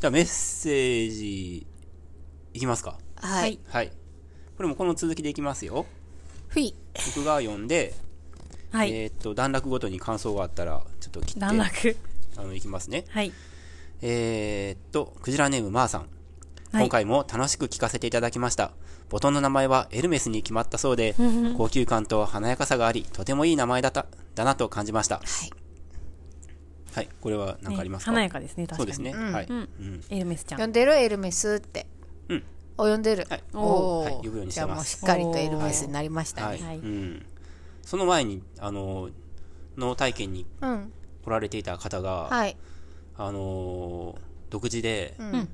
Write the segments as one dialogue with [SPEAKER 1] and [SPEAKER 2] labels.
[SPEAKER 1] じゃあメッセージ、いきますか。
[SPEAKER 2] はい。
[SPEAKER 3] はい
[SPEAKER 1] はい。これもこの続きでいきますよ。
[SPEAKER 3] ふい。
[SPEAKER 1] 僕が読んで、
[SPEAKER 3] はい。
[SPEAKER 1] えーっと、段落ごとに感想があったら、ちょっと切って、
[SPEAKER 3] 段落。
[SPEAKER 1] あの、いきますね。
[SPEAKER 3] はい。
[SPEAKER 1] えーっと、クジラネームまーさん。
[SPEAKER 3] はい
[SPEAKER 1] 今回も楽しく聞かせていただきました。ボトンの名前はエルメスに決まったそうで、高級感と華やかさがあり、とてもいい名前だった、だなと感じました。
[SPEAKER 2] はい。
[SPEAKER 1] はい。これは何かありますか、
[SPEAKER 3] ね華やかですね、
[SPEAKER 1] そ
[SPEAKER 3] 確か
[SPEAKER 1] う
[SPEAKER 3] に。
[SPEAKER 1] ですね。
[SPEAKER 2] うん
[SPEAKER 1] はい。う
[SPEAKER 3] うんん。エルメスちゃん。
[SPEAKER 2] 呼んでるエルメスって。
[SPEAKER 1] うん。
[SPEAKER 2] お、呼んでる。
[SPEAKER 1] はい
[SPEAKER 2] お
[SPEAKER 1] はい
[SPEAKER 2] ー
[SPEAKER 1] 呼ぶようにして
[SPEAKER 2] じゃあ
[SPEAKER 1] ます
[SPEAKER 2] もうしっかりとエルメスになりました
[SPEAKER 1] は
[SPEAKER 2] ね
[SPEAKER 1] い。。
[SPEAKER 3] はい
[SPEAKER 1] うん。その前に、あの、脳体験に
[SPEAKER 2] うん。
[SPEAKER 1] 来られていた方が、
[SPEAKER 2] はい。
[SPEAKER 1] あのー独自で、
[SPEAKER 2] うん。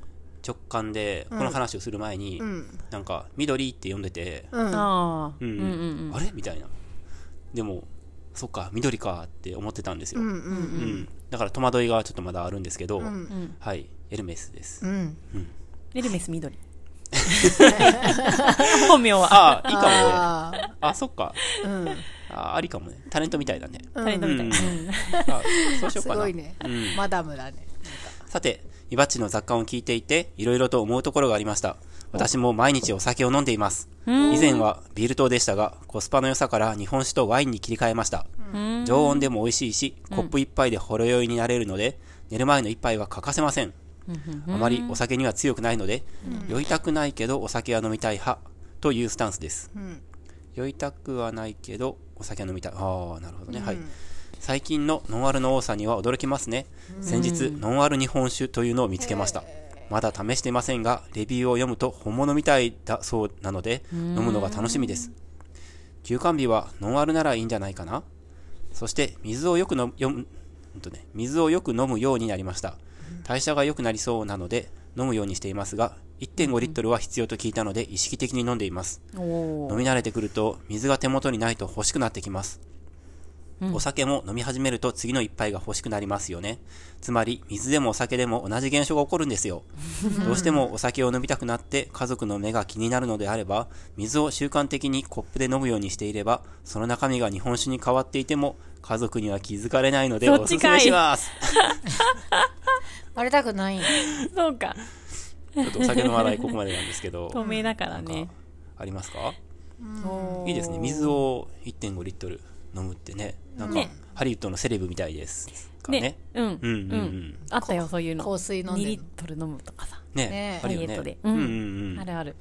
[SPEAKER 1] 直感で、この話をする前に、
[SPEAKER 2] ん
[SPEAKER 1] なんか、緑って呼んでて、
[SPEAKER 2] うん。
[SPEAKER 3] ああ。
[SPEAKER 1] う
[SPEAKER 3] うんんうんうん。
[SPEAKER 1] あれみたいな。でも、そっか、緑かって思ってたんですよ。
[SPEAKER 2] う
[SPEAKER 1] うんん。
[SPEAKER 2] うん
[SPEAKER 1] だから戸惑いがちょっとまだあるんですけど、
[SPEAKER 2] ん
[SPEAKER 1] はい、エルメスです。
[SPEAKER 2] うん。
[SPEAKER 3] エルメ ス緑。本名は。
[SPEAKER 1] ああ、いいかもね。
[SPEAKER 2] ああ。
[SPEAKER 1] あ、そっか。
[SPEAKER 2] うん。
[SPEAKER 1] あありかもね。タレントみたいだね。
[SPEAKER 3] タレントみたい。うん
[SPEAKER 1] あそうしよう
[SPEAKER 2] す
[SPEAKER 1] かな。
[SPEAKER 2] ごいね。マダムだね。
[SPEAKER 1] さて、イバッチの雑感を聞いていて、いろいろと思うところがありました。私も毎日お酒を飲んでいます。以前はビール糖でしたが、コスパの良さから日本酒とワインに切り替えました。常温でも美味しいし、コップ一杯でほろ酔いになれるので、寝る前の一杯は欠かせません。あまりお酒には強くないので、酔いたくないけどお酒は飲みたい派というスタンスです。酔いたくはないけどお酒は飲みたい。ああ、なるほどね。はい。最近のノンアルの多さには驚きますね。先日、ノンアル日本酒というのを見つけました。まだ試していませんが、レビューを読むと本物みたいだそうなので、飲むのが楽しみです。休館日はノンアルならいいんじゃないかなそして、水をよく飲む、よむうんとね、水をよく飲むようになりました。代謝が良くなりそうなので、飲むようにしていますが、1.5リットルは必要と聞いたので、意識的に飲んでいます。
[SPEAKER 3] お
[SPEAKER 1] 飲
[SPEAKER 3] ー
[SPEAKER 1] み慣れてくると水が手元にないと欲しくなってきます、お酒も飲み始めると次の一杯が欲しくなりますよねつまり水でもお酒でも同じ現象が起こるんです よどうしてもお酒を飲みたくなって家族の目が気になるのであれば水を習慣的にコップで飲むようにしていればその中身が日本酒に変わっていても家族には気づかれないので
[SPEAKER 3] そ
[SPEAKER 1] お
[SPEAKER 3] っ
[SPEAKER 1] す
[SPEAKER 3] ち
[SPEAKER 1] す
[SPEAKER 3] かい
[SPEAKER 1] めします
[SPEAKER 2] バレたくないんや
[SPEAKER 3] そうか。
[SPEAKER 1] ちょっとお酒の話題ここまでなんですけ ど
[SPEAKER 3] 透明だから
[SPEAKER 1] なん
[SPEAKER 3] ね
[SPEAKER 1] か。ありますか
[SPEAKER 3] おー
[SPEAKER 1] いいですね。水を1.5リットル飲むってね。なんか
[SPEAKER 3] ね、
[SPEAKER 1] ハリウッドのセレブみたいです。からね
[SPEAKER 3] ね。。うん。
[SPEAKER 1] う
[SPEAKER 3] うん
[SPEAKER 1] うんうん
[SPEAKER 3] ん。あったよ、そういうの。
[SPEAKER 2] 香水飲んでんの
[SPEAKER 3] 2リットル飲むとかさ。
[SPEAKER 1] ね
[SPEAKER 2] ね。
[SPEAKER 1] あるよ
[SPEAKER 3] ダイエット
[SPEAKER 1] ね
[SPEAKER 3] で。
[SPEAKER 1] う
[SPEAKER 3] うんん
[SPEAKER 1] うんう
[SPEAKER 3] あ
[SPEAKER 1] ん。
[SPEAKER 3] るある。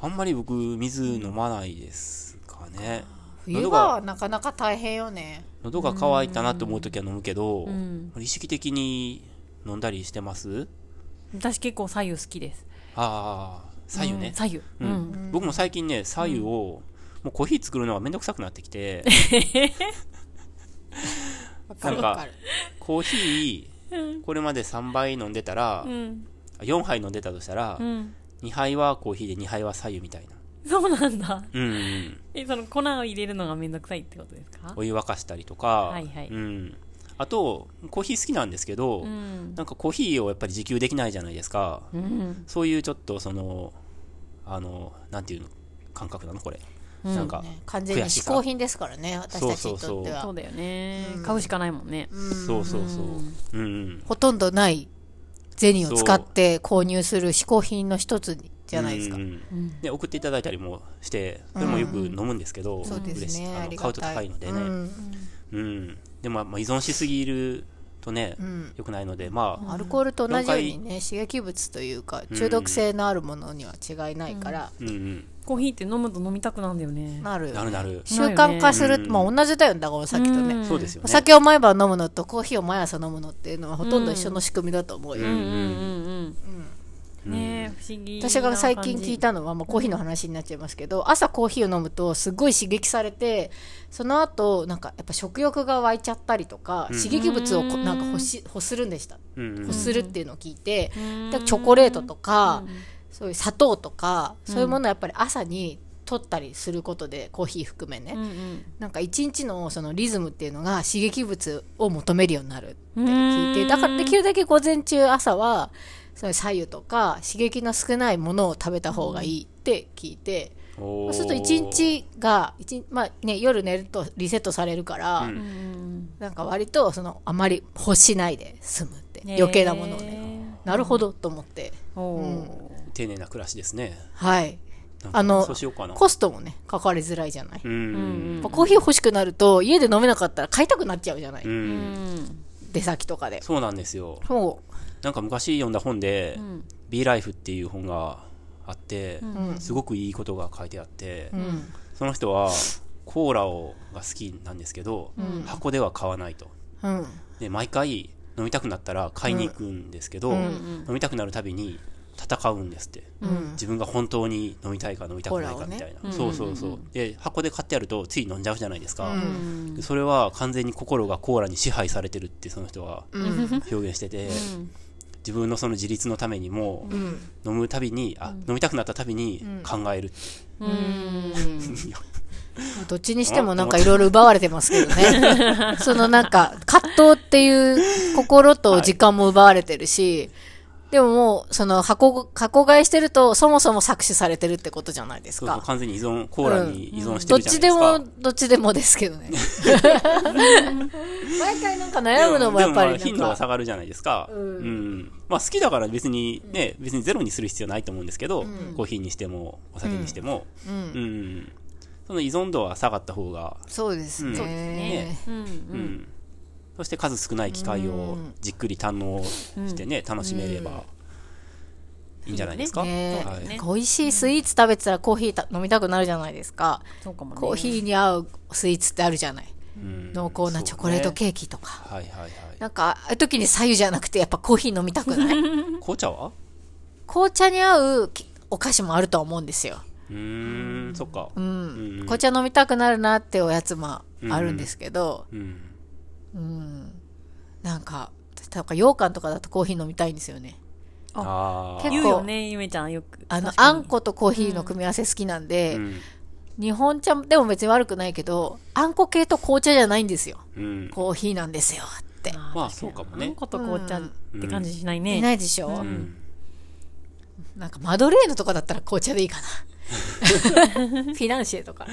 [SPEAKER 1] あんまり僕、水飲まないですかね。
[SPEAKER 2] 冬
[SPEAKER 1] 喉
[SPEAKER 2] 場は
[SPEAKER 1] が、
[SPEAKER 2] なかなか大変よね。
[SPEAKER 1] 喉が渇いたなと思うときは飲むけど
[SPEAKER 3] ん、
[SPEAKER 1] 意識的に飲んだりしてます
[SPEAKER 3] 私結構左右好きです。
[SPEAKER 1] ああ、左右ね
[SPEAKER 3] うん。左右。
[SPEAKER 1] う
[SPEAKER 3] うんん。
[SPEAKER 1] 僕も最近ね、左右を、もうコーヒー作るのがめんどくさくなってき て、
[SPEAKER 2] わかる
[SPEAKER 1] なんか
[SPEAKER 2] わかる。
[SPEAKER 1] コーヒー、これまで3杯飲んでたら、
[SPEAKER 3] うん。
[SPEAKER 1] 4杯飲んでたとしたら
[SPEAKER 3] う、ん。
[SPEAKER 1] 2杯はコーヒーで2杯は左右みたいな。
[SPEAKER 3] そうなんだ。
[SPEAKER 1] うんうん。
[SPEAKER 3] え、その粉を入れるのがめんどくさいってことですか
[SPEAKER 1] お湯沸かしたりとか、
[SPEAKER 3] はいはい
[SPEAKER 1] うん。あと、コーヒー好きなんですけど、
[SPEAKER 3] うん。
[SPEAKER 1] なんかコーヒーをやっぱり自給できないじゃないですか。
[SPEAKER 3] うん。
[SPEAKER 1] そういうちょっとその、あの、なんていうの、感覚なのこれ。なんか、
[SPEAKER 2] ね完全に嗜好品ですからね、私たちにとって
[SPEAKER 3] そう
[SPEAKER 2] は。
[SPEAKER 3] だよね。買うしかないもんね。
[SPEAKER 1] そうそうそう。うんうん。
[SPEAKER 2] ほとんどない銭を使って購入する嗜好品の一つじゃないですか
[SPEAKER 1] うん。うんで送っていただいたりもして、それもよく飲むんですけど、
[SPEAKER 2] そうです
[SPEAKER 1] 嬉しい
[SPEAKER 2] ね。
[SPEAKER 1] あ
[SPEAKER 2] あ
[SPEAKER 1] の
[SPEAKER 2] り
[SPEAKER 1] 買
[SPEAKER 2] が
[SPEAKER 1] うと
[SPEAKER 2] たい。
[SPEAKER 1] 高いのでね。
[SPEAKER 2] うん
[SPEAKER 1] うん、でも、まあ、依存しすぎるとね、
[SPEAKER 2] ん
[SPEAKER 1] 良くないので、まあ、
[SPEAKER 2] アルコールと同じようにね、刺激物というか、中毒性のあるものには違いないから、
[SPEAKER 1] うんうん、
[SPEAKER 3] コーヒーって飲むと飲みたくなんだよね。
[SPEAKER 2] なるよね
[SPEAKER 1] なるなる。
[SPEAKER 2] 習慣化す
[SPEAKER 1] なるよね
[SPEAKER 2] る、まあ同じだよね、だからさっきと
[SPEAKER 3] う
[SPEAKER 2] ね。
[SPEAKER 1] そうですよ
[SPEAKER 2] お
[SPEAKER 1] ね。
[SPEAKER 2] 酒を毎晩飲むのとコーヒーを毎朝飲むのっていうのはほとんど一緒の仕組みだと思うよ。
[SPEAKER 3] うんうんうん。ねえ、不思議。
[SPEAKER 2] 私が最近聞い
[SPEAKER 3] た。
[SPEAKER 2] たのは、まあ、コーヒーの話になっちゃいますけど、朝コーヒーを飲むとすごい刺激されてその後なんかやっぱ食欲が湧いちゃったりとか、刺激物をこなんか欲し欲するんでした、
[SPEAKER 1] うんうん
[SPEAKER 2] 欲するっていうのを聞いて、でチョコレートとか、そういう砂糖とかそういうものをやっぱり朝に取ったりすることでコーヒー含めね、
[SPEAKER 3] うんうん。
[SPEAKER 2] なんか一日のそのリズムっていうのが刺激物を求めるようになるって聞いてだからできるだけ午前中朝はその左右とか刺激の少ないものを食べた方がいいって聞いて、
[SPEAKER 1] そ
[SPEAKER 2] そうすると一日が一日、まあね、夜寝るとリセットされるから、
[SPEAKER 1] うん
[SPEAKER 3] うん
[SPEAKER 2] なんか割とそのあまり欲しないで済むって余計なものをね。
[SPEAKER 3] ね
[SPEAKER 2] なるほどと思って
[SPEAKER 3] おー
[SPEAKER 1] 丁寧な暮らしですね。
[SPEAKER 2] はい
[SPEAKER 1] なんか
[SPEAKER 2] あの
[SPEAKER 1] そうしようかな。
[SPEAKER 2] コストもねかかりづらいじゃない、
[SPEAKER 1] う
[SPEAKER 3] うん
[SPEAKER 1] ん。
[SPEAKER 2] やっぱコーヒー欲しくなると家で飲めなかったら買いたくなっちゃうじゃない、
[SPEAKER 1] う。
[SPEAKER 3] うんん
[SPEAKER 2] 出先とかで
[SPEAKER 1] そうなんですよ。
[SPEAKER 2] そ
[SPEAKER 1] なんか昔読んだ本で、ビーライフっていう本があって、
[SPEAKER 2] ん
[SPEAKER 1] すごくいいことが書いてあって、
[SPEAKER 2] ううん
[SPEAKER 1] その人はコーラをが好きなんですけど、
[SPEAKER 2] うん
[SPEAKER 1] 箱では買わないと。
[SPEAKER 2] うん
[SPEAKER 1] で、毎回飲みたくなったら買いに行くんですけど、
[SPEAKER 2] うん
[SPEAKER 1] 飲みたくなるたびに戦うんですって。
[SPEAKER 2] うん
[SPEAKER 1] 自分が本当に飲みたいか飲みたくないか
[SPEAKER 2] コーラをね
[SPEAKER 1] みたいな、
[SPEAKER 3] うん
[SPEAKER 1] そうそうそうで箱で買ってやるとつい飲んじゃうじゃないですか、
[SPEAKER 2] うん
[SPEAKER 1] でそれは完全に心がコーラに支配されてるってその人は
[SPEAKER 2] うん
[SPEAKER 1] 表現してて、自分のその自立のためにも
[SPEAKER 2] うん
[SPEAKER 1] 飲むたびにあ、飲みたくなったたびに考える、
[SPEAKER 3] うんうん
[SPEAKER 1] いや
[SPEAKER 2] どっちにしてもなんかいろいろ奪われてますけど ね。そのなんか葛藤っていう心と時間も奪われてるし、でももうその箱、箱買いしてるとそもそも搾取されてるってことじゃないです
[SPEAKER 1] そうそう
[SPEAKER 2] か。
[SPEAKER 1] 完全に依存コーラに依存して
[SPEAKER 2] どっ
[SPEAKER 1] るじゃない
[SPEAKER 2] ち
[SPEAKER 1] で
[SPEAKER 2] です
[SPEAKER 1] か、
[SPEAKER 2] も、どっちでもですけ どね。毎回なんか悩むのもやっぱ
[SPEAKER 1] でもまあ
[SPEAKER 2] り
[SPEAKER 1] 頻度
[SPEAKER 2] な
[SPEAKER 1] が
[SPEAKER 2] んか。
[SPEAKER 1] 下がるじゃないですか、うん
[SPEAKER 2] ん
[SPEAKER 1] まあ、好きだから別にね、別にゼロにする必要ないと思うんですけど、コーヒーにしてもお酒にしても、
[SPEAKER 2] うん
[SPEAKER 1] うんその依存度は下がった方が、
[SPEAKER 2] そうです
[SPEAKER 1] うんそうです
[SPEAKER 2] ね
[SPEAKER 1] ね。うんそして数少ない機会をじっくり堪能してね、楽しめればいいんじゃないですか、
[SPEAKER 2] ね
[SPEAKER 1] はい
[SPEAKER 2] なんか美味しいスイーツ食べてたらコーヒーた飲みたくなるじゃないですか。
[SPEAKER 3] そうかもね
[SPEAKER 2] コーヒーに合うスイーツってあるじゃない。
[SPEAKER 1] うん
[SPEAKER 2] 濃厚なチョコレート
[SPEAKER 1] ー
[SPEAKER 2] ケーキとか。
[SPEAKER 1] キ、はいはいはい
[SPEAKER 2] なんか、ああいう時に左右じゃなくて、やっぱコーヒー飲みたくない
[SPEAKER 1] 紅茶は
[SPEAKER 2] 紅茶に合うきお菓子もあるとは思うんですよ。
[SPEAKER 1] うーんそっかう
[SPEAKER 2] うんん。
[SPEAKER 1] うん
[SPEAKER 2] 紅茶飲みたくなるなっておやつもあるんですけど、
[SPEAKER 1] うん
[SPEAKER 2] うん。なんか、なんか羊羹とかだとコーヒー飲みたいんですよね。
[SPEAKER 1] あー
[SPEAKER 2] 結構
[SPEAKER 3] 言うよねゆめちゃんよく
[SPEAKER 2] あの、
[SPEAKER 3] 確か
[SPEAKER 2] あ
[SPEAKER 3] に
[SPEAKER 2] んことコーヒーの組み合わせ好きなんで、
[SPEAKER 1] うん
[SPEAKER 2] 日本茶でも別に悪くないけど、あんこ系と紅茶じゃないんですよ。
[SPEAKER 1] うん
[SPEAKER 2] コーヒーなんですよって。
[SPEAKER 1] まあそうかもね
[SPEAKER 3] あんこと紅茶って感じしない
[SPEAKER 2] い
[SPEAKER 3] ね
[SPEAKER 2] ないでしょ、
[SPEAKER 1] うん
[SPEAKER 2] なんかマドレーヌとかだったら紅茶でい い かな。フィナンシェとか。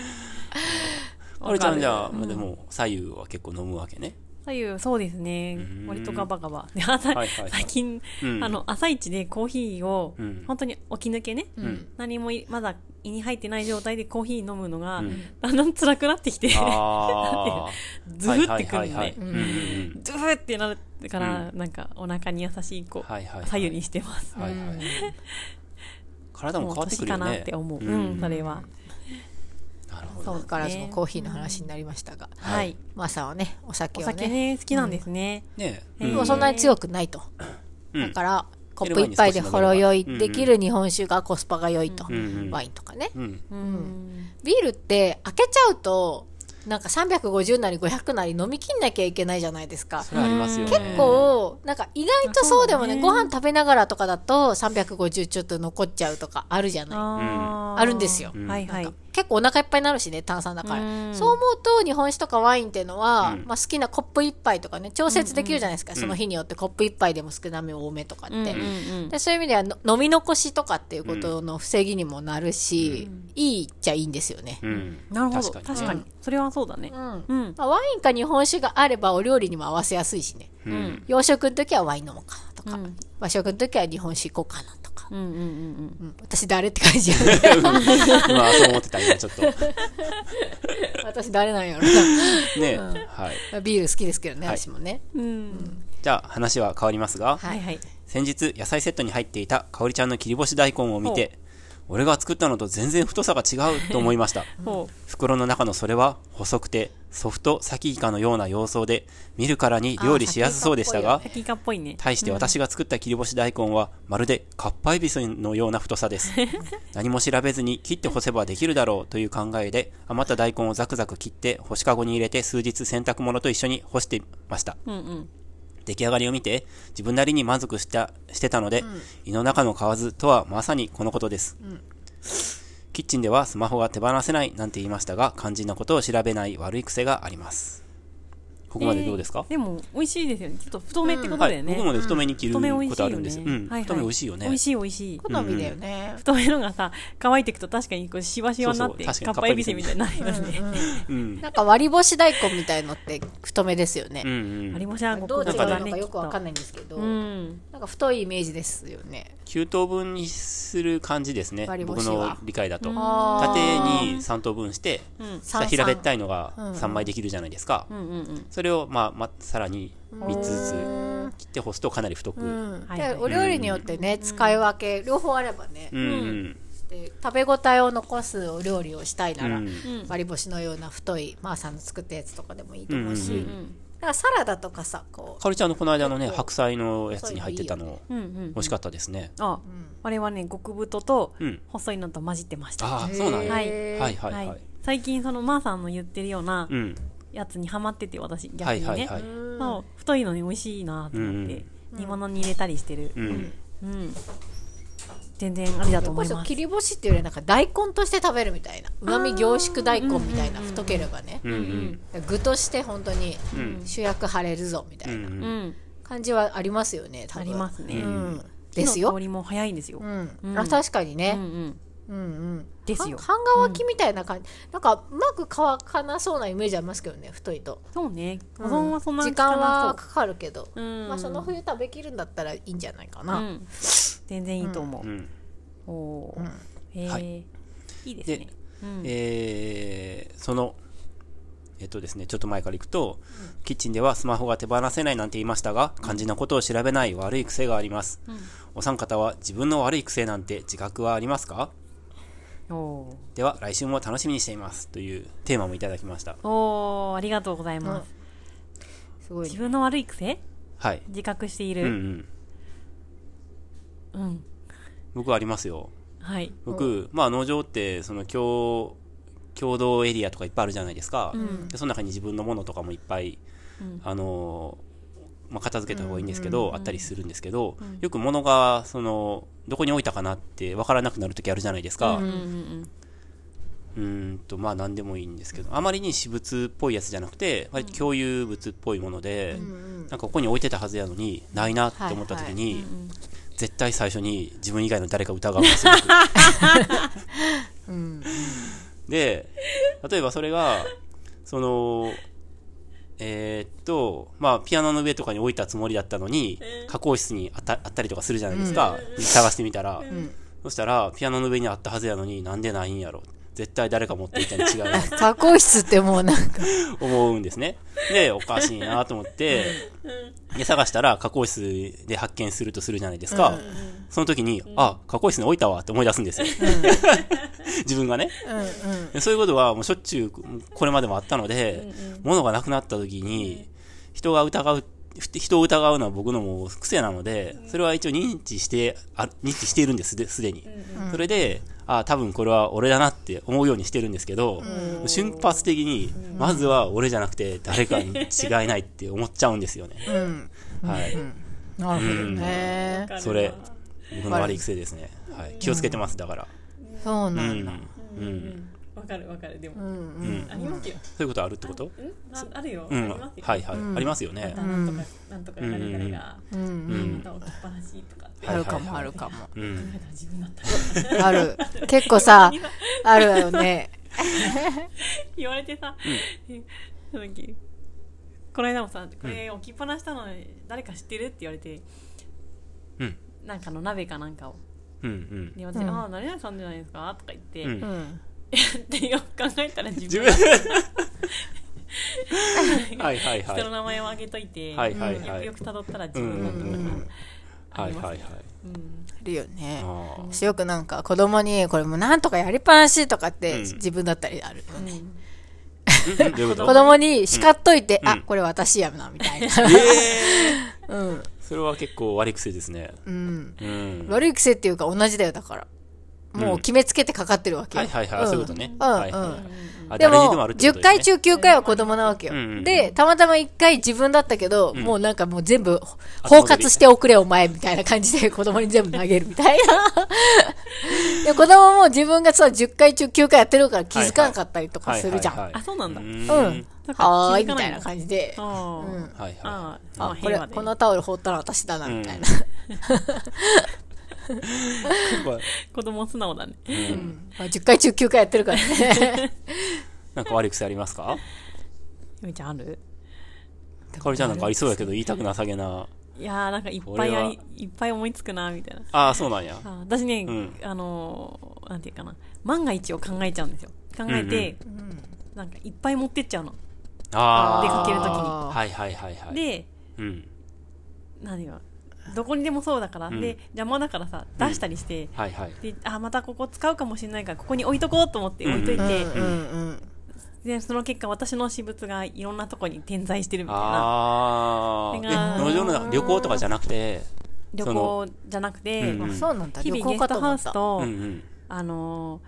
[SPEAKER 1] あれちゃんじゃあ、
[SPEAKER 3] うん
[SPEAKER 1] まあ、でも左右は結構飲むわけね
[SPEAKER 3] 左右そうですね
[SPEAKER 1] うん
[SPEAKER 3] 割とガバガバ で朝
[SPEAKER 1] はいはい
[SPEAKER 3] 最近
[SPEAKER 1] うん
[SPEAKER 3] あの朝一でコーヒーを
[SPEAKER 1] うん
[SPEAKER 3] 本当に起き抜けね
[SPEAKER 1] うん
[SPEAKER 3] 何もいまだ胃に入ってない状態でコーヒー飲むのが
[SPEAKER 1] うん
[SPEAKER 3] だんだん辛くなってきて
[SPEAKER 1] ああ
[SPEAKER 3] ズフってくるのね
[SPEAKER 1] うんうんうん
[SPEAKER 3] ズフってなるからなんかお腹に優しいこ
[SPEAKER 1] はいはいは
[SPEAKER 3] う
[SPEAKER 1] い
[SPEAKER 3] 左右にしてます
[SPEAKER 1] はいはい体も
[SPEAKER 3] も
[SPEAKER 1] 変わ
[SPEAKER 3] う
[SPEAKER 1] ってく
[SPEAKER 3] 年
[SPEAKER 1] るよ
[SPEAKER 3] か
[SPEAKER 1] ね
[SPEAKER 3] なって思ううんそれは
[SPEAKER 1] なるほど
[SPEAKER 2] そうだから
[SPEAKER 3] ね
[SPEAKER 2] そのコーヒーの話になりましたが、
[SPEAKER 3] はい
[SPEAKER 2] マサはね、お
[SPEAKER 3] お
[SPEAKER 2] 酒を
[SPEAKER 3] 酒
[SPEAKER 2] ね、
[SPEAKER 3] ね好きなんですね
[SPEAKER 1] ね
[SPEAKER 3] う
[SPEAKER 1] うん
[SPEAKER 2] もうそんなに強くないと。
[SPEAKER 1] うん
[SPEAKER 2] だから、コッ
[SPEAKER 1] 昼
[SPEAKER 2] プ
[SPEAKER 1] 前に
[SPEAKER 2] 一杯でほろ酔い
[SPEAKER 1] 少し飲めれば
[SPEAKER 2] できる日本酒がコスパが良いと
[SPEAKER 1] んうんう。ん
[SPEAKER 2] ワインとかね。
[SPEAKER 1] うん
[SPEAKER 3] うん
[SPEAKER 2] ビールって開けちゃうと、なんか350なり500なり飲みきんなきゃいけないじゃないですか。
[SPEAKER 1] それありますよね
[SPEAKER 2] 結構、なんか意外とそうでもね、
[SPEAKER 3] そうだ
[SPEAKER 2] ご
[SPEAKER 3] ね
[SPEAKER 2] 飯食べながらとかだと350ちょっと残っちゃうとかあるじゃない。
[SPEAKER 3] あー
[SPEAKER 2] あるんですよ
[SPEAKER 1] うん
[SPEAKER 3] はいはい
[SPEAKER 2] なんか結構お腹いっぱいになるしね炭酸だから、
[SPEAKER 3] うん
[SPEAKER 2] そう思うと日本酒とかワインっていうのは、
[SPEAKER 1] うん
[SPEAKER 2] まあ、好きなコップ一杯とかね調節できるじゃないですか、その日によってコップ一杯でも少なめ多めとかって、
[SPEAKER 3] うんうんうん
[SPEAKER 2] でそういう意味ではの飲み残しとかっていうことの防ぎにもなるし、いいっちゃいいんですよね、
[SPEAKER 1] うん
[SPEAKER 3] なるほど確
[SPEAKER 1] 確
[SPEAKER 3] か
[SPEAKER 1] か
[SPEAKER 3] に
[SPEAKER 1] に
[SPEAKER 3] それはそうだね
[SPEAKER 2] うん
[SPEAKER 3] うん
[SPEAKER 2] まあ、ワインか日本酒があればお料理にも合わせやすいしね
[SPEAKER 1] うん
[SPEAKER 3] うん
[SPEAKER 2] 洋食の時はワイン飲もうかなとか、
[SPEAKER 3] うん
[SPEAKER 2] 和食の時は日本酒行こうかなとか、
[SPEAKER 3] うんうんうん
[SPEAKER 2] うん私誰って感じよ ね
[SPEAKER 1] 今そう思ってた今ちょっと
[SPEAKER 2] 私誰なんやろな
[SPEAKER 1] ねはい
[SPEAKER 2] ビール好きですけどね、
[SPEAKER 1] はい
[SPEAKER 2] 私もね
[SPEAKER 3] うんうん
[SPEAKER 1] じゃあ話は変わりますが
[SPEAKER 2] は
[SPEAKER 3] はいいはい
[SPEAKER 1] 先日野菜セットに入っていた香りちゃんの切り干し大根を見て俺が作ったのと全然太さが違うと思いました
[SPEAKER 3] ほ
[SPEAKER 1] 袋の中のそれは細くてソフトサキイカのような様相で見るからに料理しやすそうでした
[SPEAKER 2] あ
[SPEAKER 1] が
[SPEAKER 3] う先かっぽいね
[SPEAKER 1] 対して私が作った切り干し大根はまるでかっぱえびせんのような太さです 何も調べずに切って干せばできるだろうという考えで余った大根をザクザク切って干しかごに入れて数日洗濯物と一緒に干してました
[SPEAKER 3] うんうん
[SPEAKER 1] 出来上がりを見て自分なりに満足したしてたので、胃の中の蛙とはまさにこのことです、キッチンではスマホが手放せないなんて言いましたが肝心なことを調べない悪い癖がありますここまでどうですか、
[SPEAKER 3] でも美味しいですよねちょっと太めってこと
[SPEAKER 1] は
[SPEAKER 3] だ
[SPEAKER 1] い、
[SPEAKER 3] よね、
[SPEAKER 1] 僕もね、太めに切る
[SPEAKER 3] 太め美味しい
[SPEAKER 1] ことあるんです。
[SPEAKER 3] よ
[SPEAKER 1] う
[SPEAKER 3] ね
[SPEAKER 1] ん、
[SPEAKER 3] はいはい
[SPEAKER 1] 太め美味しいよね。
[SPEAKER 3] 美味しい美味しい
[SPEAKER 2] 好みだよね。
[SPEAKER 3] 太めのがさ乾いていくと確かにこうしわしわになって
[SPEAKER 1] そうそう確かに
[SPEAKER 3] かっぱえびせんみたいになるよね、
[SPEAKER 1] うん、
[SPEAKER 2] なんか割り干し大根みたいのって太めですよね
[SPEAKER 1] うん、う。
[SPEAKER 3] あ
[SPEAKER 1] ん。
[SPEAKER 3] りませんこ
[SPEAKER 2] どう
[SPEAKER 3] こ
[SPEAKER 2] 違う
[SPEAKER 3] だ
[SPEAKER 2] の
[SPEAKER 3] からね
[SPEAKER 2] かよくわかん
[SPEAKER 3] ない
[SPEAKER 2] ないんですけど、
[SPEAKER 3] うん
[SPEAKER 2] なんか太いイメージですよね。
[SPEAKER 1] 9等分にする感じですね
[SPEAKER 2] 割。り
[SPEAKER 1] 僕
[SPEAKER 2] 干しは
[SPEAKER 1] の理解だと。
[SPEAKER 3] うん
[SPEAKER 2] あ
[SPEAKER 1] 縦
[SPEAKER 2] ー
[SPEAKER 1] に3等分して、
[SPEAKER 3] うん
[SPEAKER 1] 下平べったいのが
[SPEAKER 2] うん
[SPEAKER 1] 3枚できるじゃないですか。
[SPEAKER 3] うんうん
[SPEAKER 1] それを、まあ、ま、さらに3つずつ切って干すとかなり太く。う、
[SPEAKER 2] うんん、
[SPEAKER 3] はいはい
[SPEAKER 2] でお料理によってね、使い分け両方あればね、
[SPEAKER 1] うん、
[SPEAKER 2] で食べ応えを残すお料理をしたいなら、
[SPEAKER 1] うん
[SPEAKER 3] うん
[SPEAKER 2] 割り干しのような太いマーさんの作ったやつとかでもいいと思う
[SPEAKER 1] うんう
[SPEAKER 2] し、
[SPEAKER 1] ん
[SPEAKER 3] うんうん
[SPEAKER 2] だからサラダとかさこう
[SPEAKER 1] かるちゃんのこの間のね、白菜のやつに入ってたの、
[SPEAKER 3] うんうん
[SPEAKER 1] 美味しかったですね。
[SPEAKER 3] ああれはね極太と
[SPEAKER 1] うん
[SPEAKER 3] 細いのと混じってました
[SPEAKER 1] ああ、そうなんや。は、
[SPEAKER 3] はいい
[SPEAKER 1] はい、はい。
[SPEAKER 3] 最近そのまーさんの言ってるような
[SPEAKER 1] うん、
[SPEAKER 3] やつにハマってて私逆
[SPEAKER 1] はい、
[SPEAKER 3] にね、
[SPEAKER 1] はい、はい。
[SPEAKER 3] そう太いのに美味しいなと思って、煮物に入れたりしてる
[SPEAKER 1] う、ん、
[SPEAKER 3] うん全然ありだ
[SPEAKER 2] そ
[SPEAKER 3] と
[SPEAKER 2] れ
[SPEAKER 3] 思
[SPEAKER 2] こ
[SPEAKER 3] い
[SPEAKER 2] そ
[SPEAKER 3] ます、
[SPEAKER 2] 切り干しっていうよりなんか大根として食べるみたいなうまみ凝縮大根みたいな太ければね、
[SPEAKER 1] うん、うん、
[SPEAKER 2] 具として本当に主役張れるぞみた
[SPEAKER 1] う
[SPEAKER 2] いなん
[SPEAKER 1] ん、
[SPEAKER 2] 感じはありますよね多分
[SPEAKER 3] ありますね
[SPEAKER 2] うん、です
[SPEAKER 3] 火の
[SPEAKER 2] よ
[SPEAKER 3] 通、りも早いんですよ、
[SPEAKER 2] うん
[SPEAKER 3] うん
[SPEAKER 2] あ確かに
[SPEAKER 3] うんう
[SPEAKER 2] ね、
[SPEAKER 3] ん
[SPEAKER 2] うんうん
[SPEAKER 3] ですよ
[SPEAKER 2] 半乾きみたいな感じ、なんかうまく乾かなそうなイメージありますけどね太いと
[SPEAKER 3] そうね保存はそんなに
[SPEAKER 2] 時
[SPEAKER 3] 効か
[SPEAKER 2] 間は
[SPEAKER 3] な
[SPEAKER 2] かかるけど、
[SPEAKER 3] そう、うん
[SPEAKER 2] まあ、その冬食べきるんだったらいいんじゃないか
[SPEAKER 3] う
[SPEAKER 2] な、
[SPEAKER 3] ん全然いいと思う、
[SPEAKER 1] うん。
[SPEAKER 3] おー
[SPEAKER 2] うん
[SPEAKER 3] へー、
[SPEAKER 1] はい
[SPEAKER 3] いですね
[SPEAKER 1] で
[SPEAKER 3] うん
[SPEAKER 1] えーその、えっとですね、ちょっと前から行くと、キッチンではスマホが手放せないなんて言いましたが、肝心なことを調べない悪い癖があります。お三方は自分の悪い癖なんて自覚はありますか
[SPEAKER 3] おー
[SPEAKER 1] では、来週も楽しみにしています。というテーマもいただきました。
[SPEAKER 3] おーありがとうございます、
[SPEAKER 2] すごい
[SPEAKER 3] 自分の悪い癖
[SPEAKER 1] はい。
[SPEAKER 3] 自覚してい
[SPEAKER 1] うんう
[SPEAKER 3] る、
[SPEAKER 1] ん。
[SPEAKER 3] うん
[SPEAKER 1] 僕ありますよ。
[SPEAKER 3] はい
[SPEAKER 1] 僕、まあ農場って、その共、共同エリアとかいっぱいあるじゃないですか。でその中に自分のものとかもいっぱい、あのーまあ、片付けた方がいいんですけど、あったりするんですけど、よく物がそのどこに置いたかなって分からなくなる時あるじゃないですか、う
[SPEAKER 3] うん
[SPEAKER 1] ん、
[SPEAKER 3] うん
[SPEAKER 1] とまあ何でもいいんですけどあまりに私物っぽいやつじゃなくて割と共有物っぽいもので、なんかここに置いてたはずやのにないなって思った時に、絶対最初に自分以外の誰か疑うんですよ。僕で例えばそれがそのえーっとまあピアノの上とかに置いたつもりだったのに加工室にあったあったりとかするじゃないですか、探してみたら、そしたらピアノの上にあったはずやのになんでないんやろ絶対誰か持っていたに違うな
[SPEAKER 2] 加工室ってもうなんか
[SPEAKER 1] 思うんですねでおかしいなと思ってで探したら加工室で発見するとするじゃないですか、その時に、あ加工室に置いたわって思い出すんですよ、 自分がね
[SPEAKER 2] うんうん
[SPEAKER 1] でそういうことはもうしょっちゅうこれまでもあったので、物がなくなった時に人が疑うふ人を疑うのは僕のもう癖なので、それは一応認知して、あ認知しているんです、ですでに。それで、あ多分これは俺だなって思うようにしてるんですけど、瞬発的に、まずは俺じゃなくて誰かに違いないって思っちゃうんですよね。
[SPEAKER 2] うん
[SPEAKER 1] はい。
[SPEAKER 2] なるほどね、
[SPEAKER 3] うん
[SPEAKER 1] それ、僕の悪い癖ですね。はい。気をつけてます、だから。
[SPEAKER 2] そう
[SPEAKER 1] う
[SPEAKER 2] なんだ、
[SPEAKER 1] ん。うん。
[SPEAKER 3] わかるわかるでも、
[SPEAKER 1] うん。
[SPEAKER 3] ありますよ
[SPEAKER 1] そういうことあるってこと
[SPEAKER 3] んああるよ、
[SPEAKER 1] うん。
[SPEAKER 3] あり
[SPEAKER 1] は
[SPEAKER 3] ます
[SPEAKER 1] い
[SPEAKER 3] よ、
[SPEAKER 1] はい。ありますよね。
[SPEAKER 3] なんとかなんとか誰々が、
[SPEAKER 2] うんうん
[SPEAKER 1] うん
[SPEAKER 3] なんか置きっぱなしとかって
[SPEAKER 1] は
[SPEAKER 2] あ
[SPEAKER 1] い
[SPEAKER 2] るかも
[SPEAKER 1] は
[SPEAKER 2] あ
[SPEAKER 1] いはい
[SPEAKER 2] るかも
[SPEAKER 1] うん。
[SPEAKER 3] 自分だったら
[SPEAKER 2] ある結構さあるわよね
[SPEAKER 3] 言われてさ、なんだっけこの間もさ「これ置きっぱなしたの誰か知ってる?」って言われて
[SPEAKER 1] うん。
[SPEAKER 3] なんかの鍋かなんかを
[SPEAKER 1] うん。うん。
[SPEAKER 3] で私「
[SPEAKER 2] うん
[SPEAKER 3] ああ何々さんじゃないですか?」とか言って、
[SPEAKER 1] う
[SPEAKER 2] うんん
[SPEAKER 3] でよく考えたら自
[SPEAKER 1] 自
[SPEAKER 3] 分
[SPEAKER 1] 分はいはいはい。
[SPEAKER 3] 人の名前を挙げといて、
[SPEAKER 1] はいはいはい
[SPEAKER 3] よくよくたどったら自
[SPEAKER 1] うんう
[SPEAKER 3] 分だったから、
[SPEAKER 1] んうん。
[SPEAKER 3] あ
[SPEAKER 1] はい
[SPEAKER 3] ります
[SPEAKER 1] はいはい。
[SPEAKER 3] うん
[SPEAKER 2] あるよね
[SPEAKER 1] ああ。
[SPEAKER 2] 私よくなんか子供にこれもうなんとかやりっぱなしとかっ
[SPEAKER 1] う
[SPEAKER 2] て
[SPEAKER 1] ん
[SPEAKER 2] 自分だったりある、
[SPEAKER 1] うんどういうこ
[SPEAKER 2] 子
[SPEAKER 1] と
[SPEAKER 2] 供に叱っといて、
[SPEAKER 1] うん
[SPEAKER 2] あこれ私やなみたいな
[SPEAKER 1] ええ
[SPEAKER 2] うん、
[SPEAKER 1] それは結構悪い癖ですね。
[SPEAKER 2] うん、
[SPEAKER 1] うん。
[SPEAKER 2] 悪い癖っていうか同じだよだからもう決めつけてかかってるわけ
[SPEAKER 1] は
[SPEAKER 2] よ、
[SPEAKER 1] いはいはい。そういうことね。
[SPEAKER 2] うん
[SPEAKER 1] はいはいはいあ
[SPEAKER 2] で
[SPEAKER 1] 誰に
[SPEAKER 2] も
[SPEAKER 1] でもあるってこ
[SPEAKER 2] 10
[SPEAKER 1] とですね
[SPEAKER 2] 回中9回は子供なわけよ、
[SPEAKER 1] うんうん
[SPEAKER 2] でたまたま1回自分だったけど、もうなんかもう全部包
[SPEAKER 1] 後戻り
[SPEAKER 2] 括しておくれお前みたいな感じで子供に全部投げるみたいな で子供も自分がそう10回中9回やってるから気づかなかったりとかするじゃん、
[SPEAKER 1] はいはいはい
[SPEAKER 3] あそうなんだ
[SPEAKER 1] うーん。
[SPEAKER 3] だから
[SPEAKER 2] はーい
[SPEAKER 3] 気
[SPEAKER 2] み
[SPEAKER 3] づか
[SPEAKER 2] たい
[SPEAKER 3] の
[SPEAKER 2] な感じで、
[SPEAKER 3] あ
[SPEAKER 2] う
[SPEAKER 3] ー
[SPEAKER 2] ん、
[SPEAKER 1] はいは
[SPEAKER 3] あー、
[SPEAKER 2] あ
[SPEAKER 3] まあ、
[SPEAKER 2] これ
[SPEAKER 3] 平和で
[SPEAKER 2] このタオル放ったの私だなみたいな、
[SPEAKER 1] い。
[SPEAKER 3] 子供素直だね。
[SPEAKER 2] うんまあ、10回中9回やってるからね
[SPEAKER 1] なんか悪い癖ありますか
[SPEAKER 3] ゆみちゃんある
[SPEAKER 1] かおりちゃんなんかありそうやけど言いたくなさげな。
[SPEAKER 3] いやー、なんかいっぱいあり、いっぱい思いつくな、みたいな。
[SPEAKER 1] ああ、そうなんや。
[SPEAKER 3] あ私ね、
[SPEAKER 1] うん
[SPEAKER 3] あのー、なんていうかな、万が一を考えちゃうんですよ。考えて、なんかいっぱい持ってっちゃうの。出
[SPEAKER 1] あ
[SPEAKER 3] かける時に
[SPEAKER 1] あ。
[SPEAKER 2] あ
[SPEAKER 1] はいはいはいはい。
[SPEAKER 3] で、
[SPEAKER 1] うん。
[SPEAKER 3] 何よ、どこにでもそうだから、
[SPEAKER 1] うん
[SPEAKER 3] で、邪魔だからさ、出したりして、
[SPEAKER 1] はいはい。
[SPEAKER 3] で、あ、またここ使うかもしれないから、ここに置いとこうと思って置いとい
[SPEAKER 2] ー
[SPEAKER 3] て、
[SPEAKER 2] うんうんうん
[SPEAKER 3] で、その結果私の私物がいろんなとこに点在してるみたいな。
[SPEAKER 1] ああ。
[SPEAKER 3] 手が
[SPEAKER 1] え、農場の旅行とかじゃなくて、
[SPEAKER 3] 旅行じゃなくて、
[SPEAKER 1] うん
[SPEAKER 2] あそうなんだ
[SPEAKER 3] 日
[SPEAKER 2] 旅
[SPEAKER 3] 々ゲ
[SPEAKER 2] 行か
[SPEAKER 3] ス
[SPEAKER 2] と
[SPEAKER 3] ト
[SPEAKER 2] 思
[SPEAKER 3] ハ
[SPEAKER 2] っ
[SPEAKER 3] ウ
[SPEAKER 2] た
[SPEAKER 3] ス
[SPEAKER 1] う
[SPEAKER 3] と、
[SPEAKER 1] んうん。
[SPEAKER 3] あの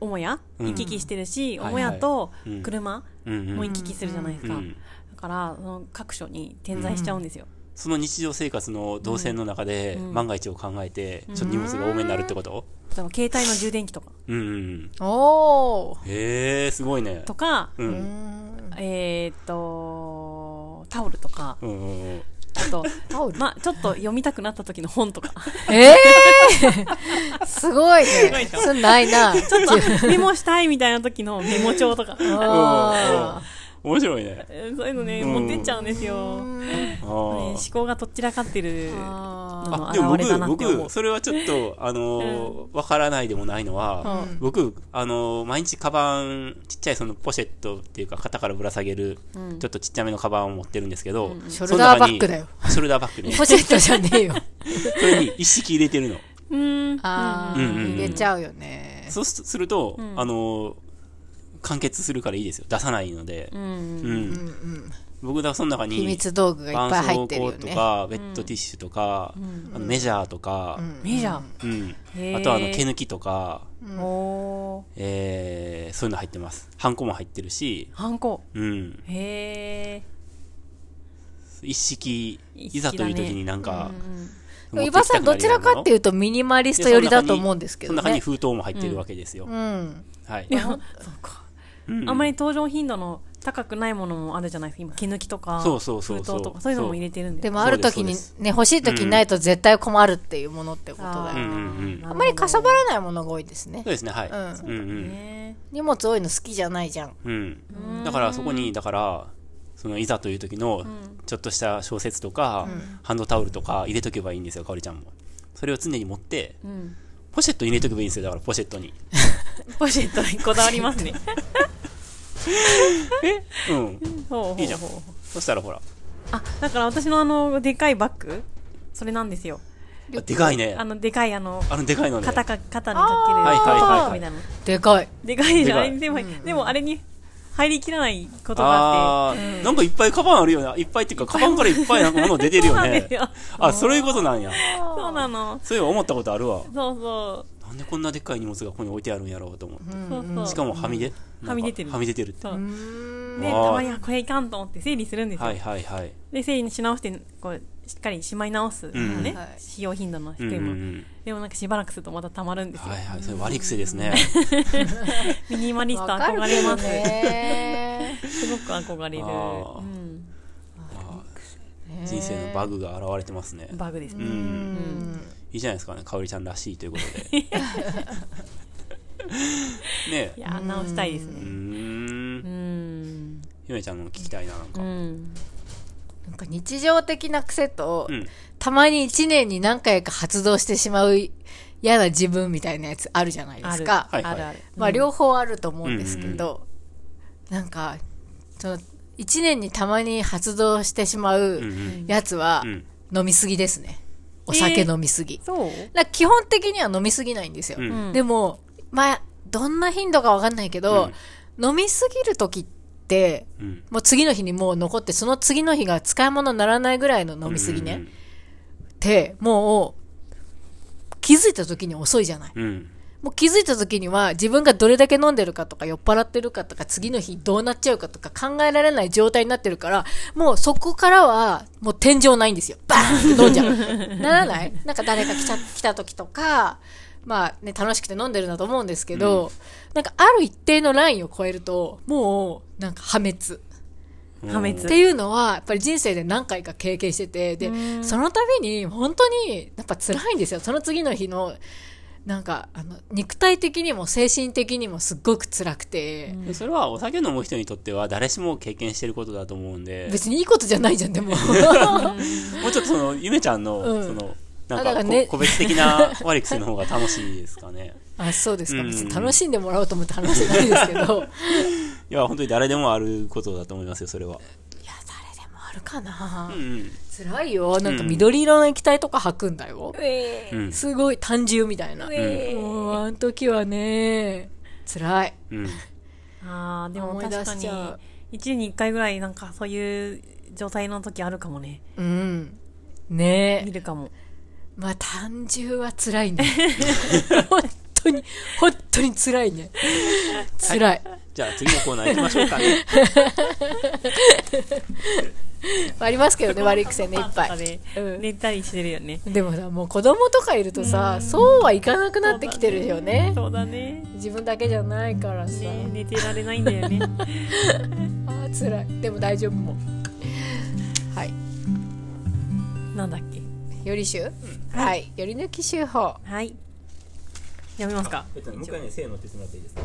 [SPEAKER 3] ー、母屋
[SPEAKER 1] うん
[SPEAKER 3] 行き来してるし、
[SPEAKER 1] はいはい
[SPEAKER 3] 母屋と
[SPEAKER 1] うん
[SPEAKER 3] 車
[SPEAKER 1] うんうん
[SPEAKER 3] も行き来するじゃないです
[SPEAKER 1] う
[SPEAKER 3] か。
[SPEAKER 1] ん。
[SPEAKER 3] だから、その各所に点在しちゃうんですよ。
[SPEAKER 1] その日常生活の動線の中で、
[SPEAKER 3] うん
[SPEAKER 1] 万が一を考えて、ちょっと荷物が多めになるってこと
[SPEAKER 3] 例えば、携帯の充電器とか。
[SPEAKER 1] うんうん。
[SPEAKER 2] おー
[SPEAKER 1] へえ、すごいね
[SPEAKER 3] と。か、
[SPEAKER 1] う。
[SPEAKER 2] うんん
[SPEAKER 3] えーっと、タオルとか、
[SPEAKER 1] うんうんうん。
[SPEAKER 3] あと、
[SPEAKER 2] タオル
[SPEAKER 3] まあ、ちょっと読みたくなった時の本と か。
[SPEAKER 2] えー、すごいね
[SPEAKER 3] でしょ
[SPEAKER 2] そんないな
[SPEAKER 3] ちょっとメモしたいみたいな時のメモ帳 とか。
[SPEAKER 2] あ
[SPEAKER 1] 面白いね。
[SPEAKER 3] えーそういうのね、
[SPEAKER 1] うん
[SPEAKER 3] 持ってっちゃうんですよ。ね
[SPEAKER 1] あー
[SPEAKER 3] 思考がとっちらかってる
[SPEAKER 2] あ
[SPEAKER 3] の
[SPEAKER 1] あ
[SPEAKER 3] の
[SPEAKER 1] でも
[SPEAKER 3] 表れだなって
[SPEAKER 1] 僕、
[SPEAKER 3] 思う
[SPEAKER 1] 僕、。それはちょっと、あのー、わからないでもないのは、
[SPEAKER 3] うん
[SPEAKER 1] 僕、あのー、毎日カバン、ちっちゃいそのポシェットっていうか、肩からぶら下げる、
[SPEAKER 3] うん
[SPEAKER 1] ちょっとちっちゃめのカバンを持ってるんですけど、
[SPEAKER 2] ショルダーバッグだよ
[SPEAKER 1] その中に。ショルダーバッグ ね。
[SPEAKER 2] ポシェットじゃねえ よ
[SPEAKER 1] それに一式入れてるの。
[SPEAKER 3] うん。
[SPEAKER 2] あ
[SPEAKER 1] うんうんう
[SPEAKER 2] ー
[SPEAKER 1] ん
[SPEAKER 2] 入れちゃうよね
[SPEAKER 1] そうすると、あのー、完結するからいいですよ。出さないので。
[SPEAKER 3] う。
[SPEAKER 1] うんん。僕だからその中に、
[SPEAKER 2] 秘密道具がいっ
[SPEAKER 1] 絆
[SPEAKER 2] ぱい
[SPEAKER 1] 創
[SPEAKER 2] 入ってるよ
[SPEAKER 1] 膏と
[SPEAKER 2] ね
[SPEAKER 1] か、ウェットティッシュとか、あのメジャーとか、
[SPEAKER 3] メジャ
[SPEAKER 1] うん
[SPEAKER 3] へー
[SPEAKER 1] あとはあの毛抜きとか、
[SPEAKER 3] ー。おー。
[SPEAKER 1] えーそういうの入ってます。ハンコも入ってるし、
[SPEAKER 3] ハンコ。
[SPEAKER 1] うん。
[SPEAKER 3] へ
[SPEAKER 1] 一式、
[SPEAKER 3] 一
[SPEAKER 1] い
[SPEAKER 3] 式だ
[SPEAKER 1] ざ
[SPEAKER 3] ね
[SPEAKER 1] という時になん
[SPEAKER 3] ー。
[SPEAKER 1] か、持って
[SPEAKER 2] 伊
[SPEAKER 1] きた
[SPEAKER 2] 庭
[SPEAKER 1] くな
[SPEAKER 2] さ
[SPEAKER 1] る
[SPEAKER 2] んどちらかっていううとミニマリスト寄りだと思うんですけど
[SPEAKER 1] その中に
[SPEAKER 2] ね
[SPEAKER 1] 封筒も入ってるわけですよ。
[SPEAKER 2] うん
[SPEAKER 1] はい。
[SPEAKER 3] いや、そうか。
[SPEAKER 1] うん
[SPEAKER 3] あんまり登場頻度の高くないものもあるじゃないですか。今、毛抜きとか、
[SPEAKER 1] そうそうそうそう
[SPEAKER 3] 封筒とか、そういうのも入れてるん
[SPEAKER 2] で
[SPEAKER 3] で。
[SPEAKER 2] もある時に
[SPEAKER 1] そうです
[SPEAKER 2] ね欲しい時にないと絶対困るっていうものってことだよ
[SPEAKER 1] うんう
[SPEAKER 2] ね
[SPEAKER 1] んうん。
[SPEAKER 2] あんまりかさばらないものが多いですね
[SPEAKER 1] そうですね、はい。
[SPEAKER 2] うん
[SPEAKER 1] うんうん
[SPEAKER 3] ね。
[SPEAKER 2] 荷物多いの好きじゃないじゃん
[SPEAKER 1] うん、だからそこにだからそのいざという時のちょっとした小説とか、ハンドタオルとか入れとけばいいんですよかおりちゃんもそれを常に持って
[SPEAKER 3] うん。
[SPEAKER 1] ポシェットに入れとけばいいんですよだからポシェットに
[SPEAKER 3] ポシェットにこだわりますね。
[SPEAKER 1] うん
[SPEAKER 3] ほうほうほう
[SPEAKER 1] いいじゃんそしたらほら
[SPEAKER 3] あ、だから私のあの、でかいバッグそれなんですよ。
[SPEAKER 1] あでかいね
[SPEAKER 3] あの、でかいあの、
[SPEAKER 1] あのでかいのね
[SPEAKER 3] 肩か、肩にかける
[SPEAKER 1] あーはいはいはいはい
[SPEAKER 3] トップみたいなの。
[SPEAKER 2] でかい
[SPEAKER 3] でかいじゃ
[SPEAKER 1] でか
[SPEAKER 3] ん。
[SPEAKER 1] い
[SPEAKER 3] でも、でもあれに入りきらないことがあって。
[SPEAKER 1] あー、なんかいっぱいカバンあるよないっぱいっていうかカバンからいっぱいなんか物出てる
[SPEAKER 3] そ
[SPEAKER 1] よ
[SPEAKER 3] うなんで
[SPEAKER 1] ね
[SPEAKER 3] すよ。
[SPEAKER 1] あそういうことなんや
[SPEAKER 3] そうなの。
[SPEAKER 1] そういえば思ったことあるわ
[SPEAKER 3] そうそ
[SPEAKER 1] なんでこんなでっかい荷物がここに置いてあるんやろうと思って、
[SPEAKER 3] う。そうそう。
[SPEAKER 1] しかもはみ出なんか
[SPEAKER 3] はみ出てる
[SPEAKER 1] はみ出てるって
[SPEAKER 3] そ
[SPEAKER 1] は
[SPEAKER 3] う。
[SPEAKER 1] あ
[SPEAKER 3] で、
[SPEAKER 1] ー
[SPEAKER 3] たまに、あこれいかんと思って整理するんですよ。
[SPEAKER 1] いはいはい
[SPEAKER 3] で、整理し直して、こう、しっかりしまい直すのね
[SPEAKER 2] うんはい。
[SPEAKER 3] 使用頻度の低
[SPEAKER 1] うんうん
[SPEAKER 3] いうもの。
[SPEAKER 1] ん
[SPEAKER 3] でもなんかしばらくするとまた溜まるんですよ
[SPEAKER 1] は。いはいそれ悪い癖ですね
[SPEAKER 3] ミニマリスト
[SPEAKER 2] わかる
[SPEAKER 3] 憧
[SPEAKER 2] け
[SPEAKER 3] れ
[SPEAKER 2] ど
[SPEAKER 3] ます。
[SPEAKER 2] ね
[SPEAKER 3] すごく憧れる。
[SPEAKER 1] あー
[SPEAKER 3] うん
[SPEAKER 1] 人生のバグが現れてますね。
[SPEAKER 3] バグです
[SPEAKER 1] う
[SPEAKER 3] ね。
[SPEAKER 1] ん。
[SPEAKER 3] うん
[SPEAKER 1] いいじゃないですかね、かおりちゃんらしいということ で。ね
[SPEAKER 3] い
[SPEAKER 1] え。
[SPEAKER 3] やー、直したいです
[SPEAKER 1] うー。
[SPEAKER 3] ね。うんん。
[SPEAKER 1] ゆめちゃんの聞きたいな、なん
[SPEAKER 3] う
[SPEAKER 1] か。
[SPEAKER 3] ん。
[SPEAKER 2] なんか日常的な癖と、
[SPEAKER 1] うん。
[SPEAKER 2] たまに1年に何回か発動してしまう嫌な自分みたいなやつあるじゃないで
[SPEAKER 3] あ
[SPEAKER 2] す
[SPEAKER 3] る。
[SPEAKER 2] か。
[SPEAKER 1] はい
[SPEAKER 3] あるある。
[SPEAKER 2] まあ両方あると思うんですけど、なんか、その、1年にたまに発動してしまう
[SPEAKER 1] うんうん。
[SPEAKER 2] やつは
[SPEAKER 1] う、ん。
[SPEAKER 2] 飲みすぎですね。お酒飲みすぎ。
[SPEAKER 3] そう
[SPEAKER 2] なんか基本的には飲みすぎないんですよ。
[SPEAKER 1] うん。
[SPEAKER 2] でも、まあ、どんな頻度かわかんないけど、飲みすぎる時って、
[SPEAKER 1] うん。
[SPEAKER 2] もう次の日にもう残って、その次の日が使い物にならないぐらいの飲みすぎね。って、もう、気づいた時に遅いじゃない。
[SPEAKER 1] うん。うん。
[SPEAKER 2] もう気づいた時には自分がどれだけ飲んでるかとか酔っ払ってるかとか次の日どうなっちゃうかとか考えられない状態になってるから、もうそこからはもう天井ないんですよ。バーンって飲んじゃう。ならないなんか誰か来ちゃ来た時とか、まあね、楽しくて飲んでるんだと思うんですけど、なんかある一定のラインを超えると、もうなんか破滅。
[SPEAKER 1] うん
[SPEAKER 3] 破滅
[SPEAKER 2] っていうのはやっぱり人生で何回か経験しててで、
[SPEAKER 3] うん
[SPEAKER 2] その度に本当にやっぱ辛いんですよその次の日のなんかあの肉体的にも精神的にもすっごく辛くて、
[SPEAKER 1] でそれはお酒飲む人にとっては誰しも経験してることだと思うんで、
[SPEAKER 2] 別にいいことじゃないじゃん でも
[SPEAKER 1] もうちょっとその、ゆめちゃんの、
[SPEAKER 2] うん
[SPEAKER 1] その、な
[SPEAKER 2] あ
[SPEAKER 1] ん
[SPEAKER 2] だか
[SPEAKER 1] から
[SPEAKER 2] ね
[SPEAKER 1] こ個別的なワリクスの方が楽しいですかね。
[SPEAKER 2] あそうですか別
[SPEAKER 1] う
[SPEAKER 2] に
[SPEAKER 1] ん
[SPEAKER 2] 楽しんでもらおうと思って話してないです けどい
[SPEAKER 1] い
[SPEAKER 2] や誰
[SPEAKER 1] や、本当に誰でもあることだと思いますよ、それは。
[SPEAKER 2] でもあるかな、
[SPEAKER 1] うんうん。
[SPEAKER 2] 辛いよなんか緑色の液体とか吐くんだよ、
[SPEAKER 3] え
[SPEAKER 1] うん。
[SPEAKER 2] すごい単純みたいな、
[SPEAKER 3] うえ
[SPEAKER 2] もうあの時はね辛い
[SPEAKER 1] うん。
[SPEAKER 3] ああでも
[SPEAKER 2] 思い出
[SPEAKER 3] 確か
[SPEAKER 2] しち
[SPEAKER 3] に
[SPEAKER 2] ゃう
[SPEAKER 3] 一年に一回ぐらいなんかそういう状態の時あるかもね
[SPEAKER 2] うんねえ
[SPEAKER 3] 見るかも
[SPEAKER 2] まあ単純は辛いね 本当に本当に辛いね辛い
[SPEAKER 1] じゃあ次のコーナー行きましょうかね。
[SPEAKER 2] ありますけど ね悪い癖ねいっぱ
[SPEAKER 3] パンとか
[SPEAKER 2] い、
[SPEAKER 3] で
[SPEAKER 2] うん
[SPEAKER 3] 寝たりしてるよね
[SPEAKER 2] でもさもう子供とかいるとさそうはいかなくなってきてるよね
[SPEAKER 3] そうだね
[SPEAKER 2] 自分だけじゃないからさ、
[SPEAKER 3] ね寝てられないんだよね
[SPEAKER 2] あー辛いでも大丈夫もんはい
[SPEAKER 3] なんだっけ
[SPEAKER 2] より集はいより抜き集法
[SPEAKER 3] はい読みますか
[SPEAKER 1] えっと、もう一回ね、せーのって言ってもらっていいですか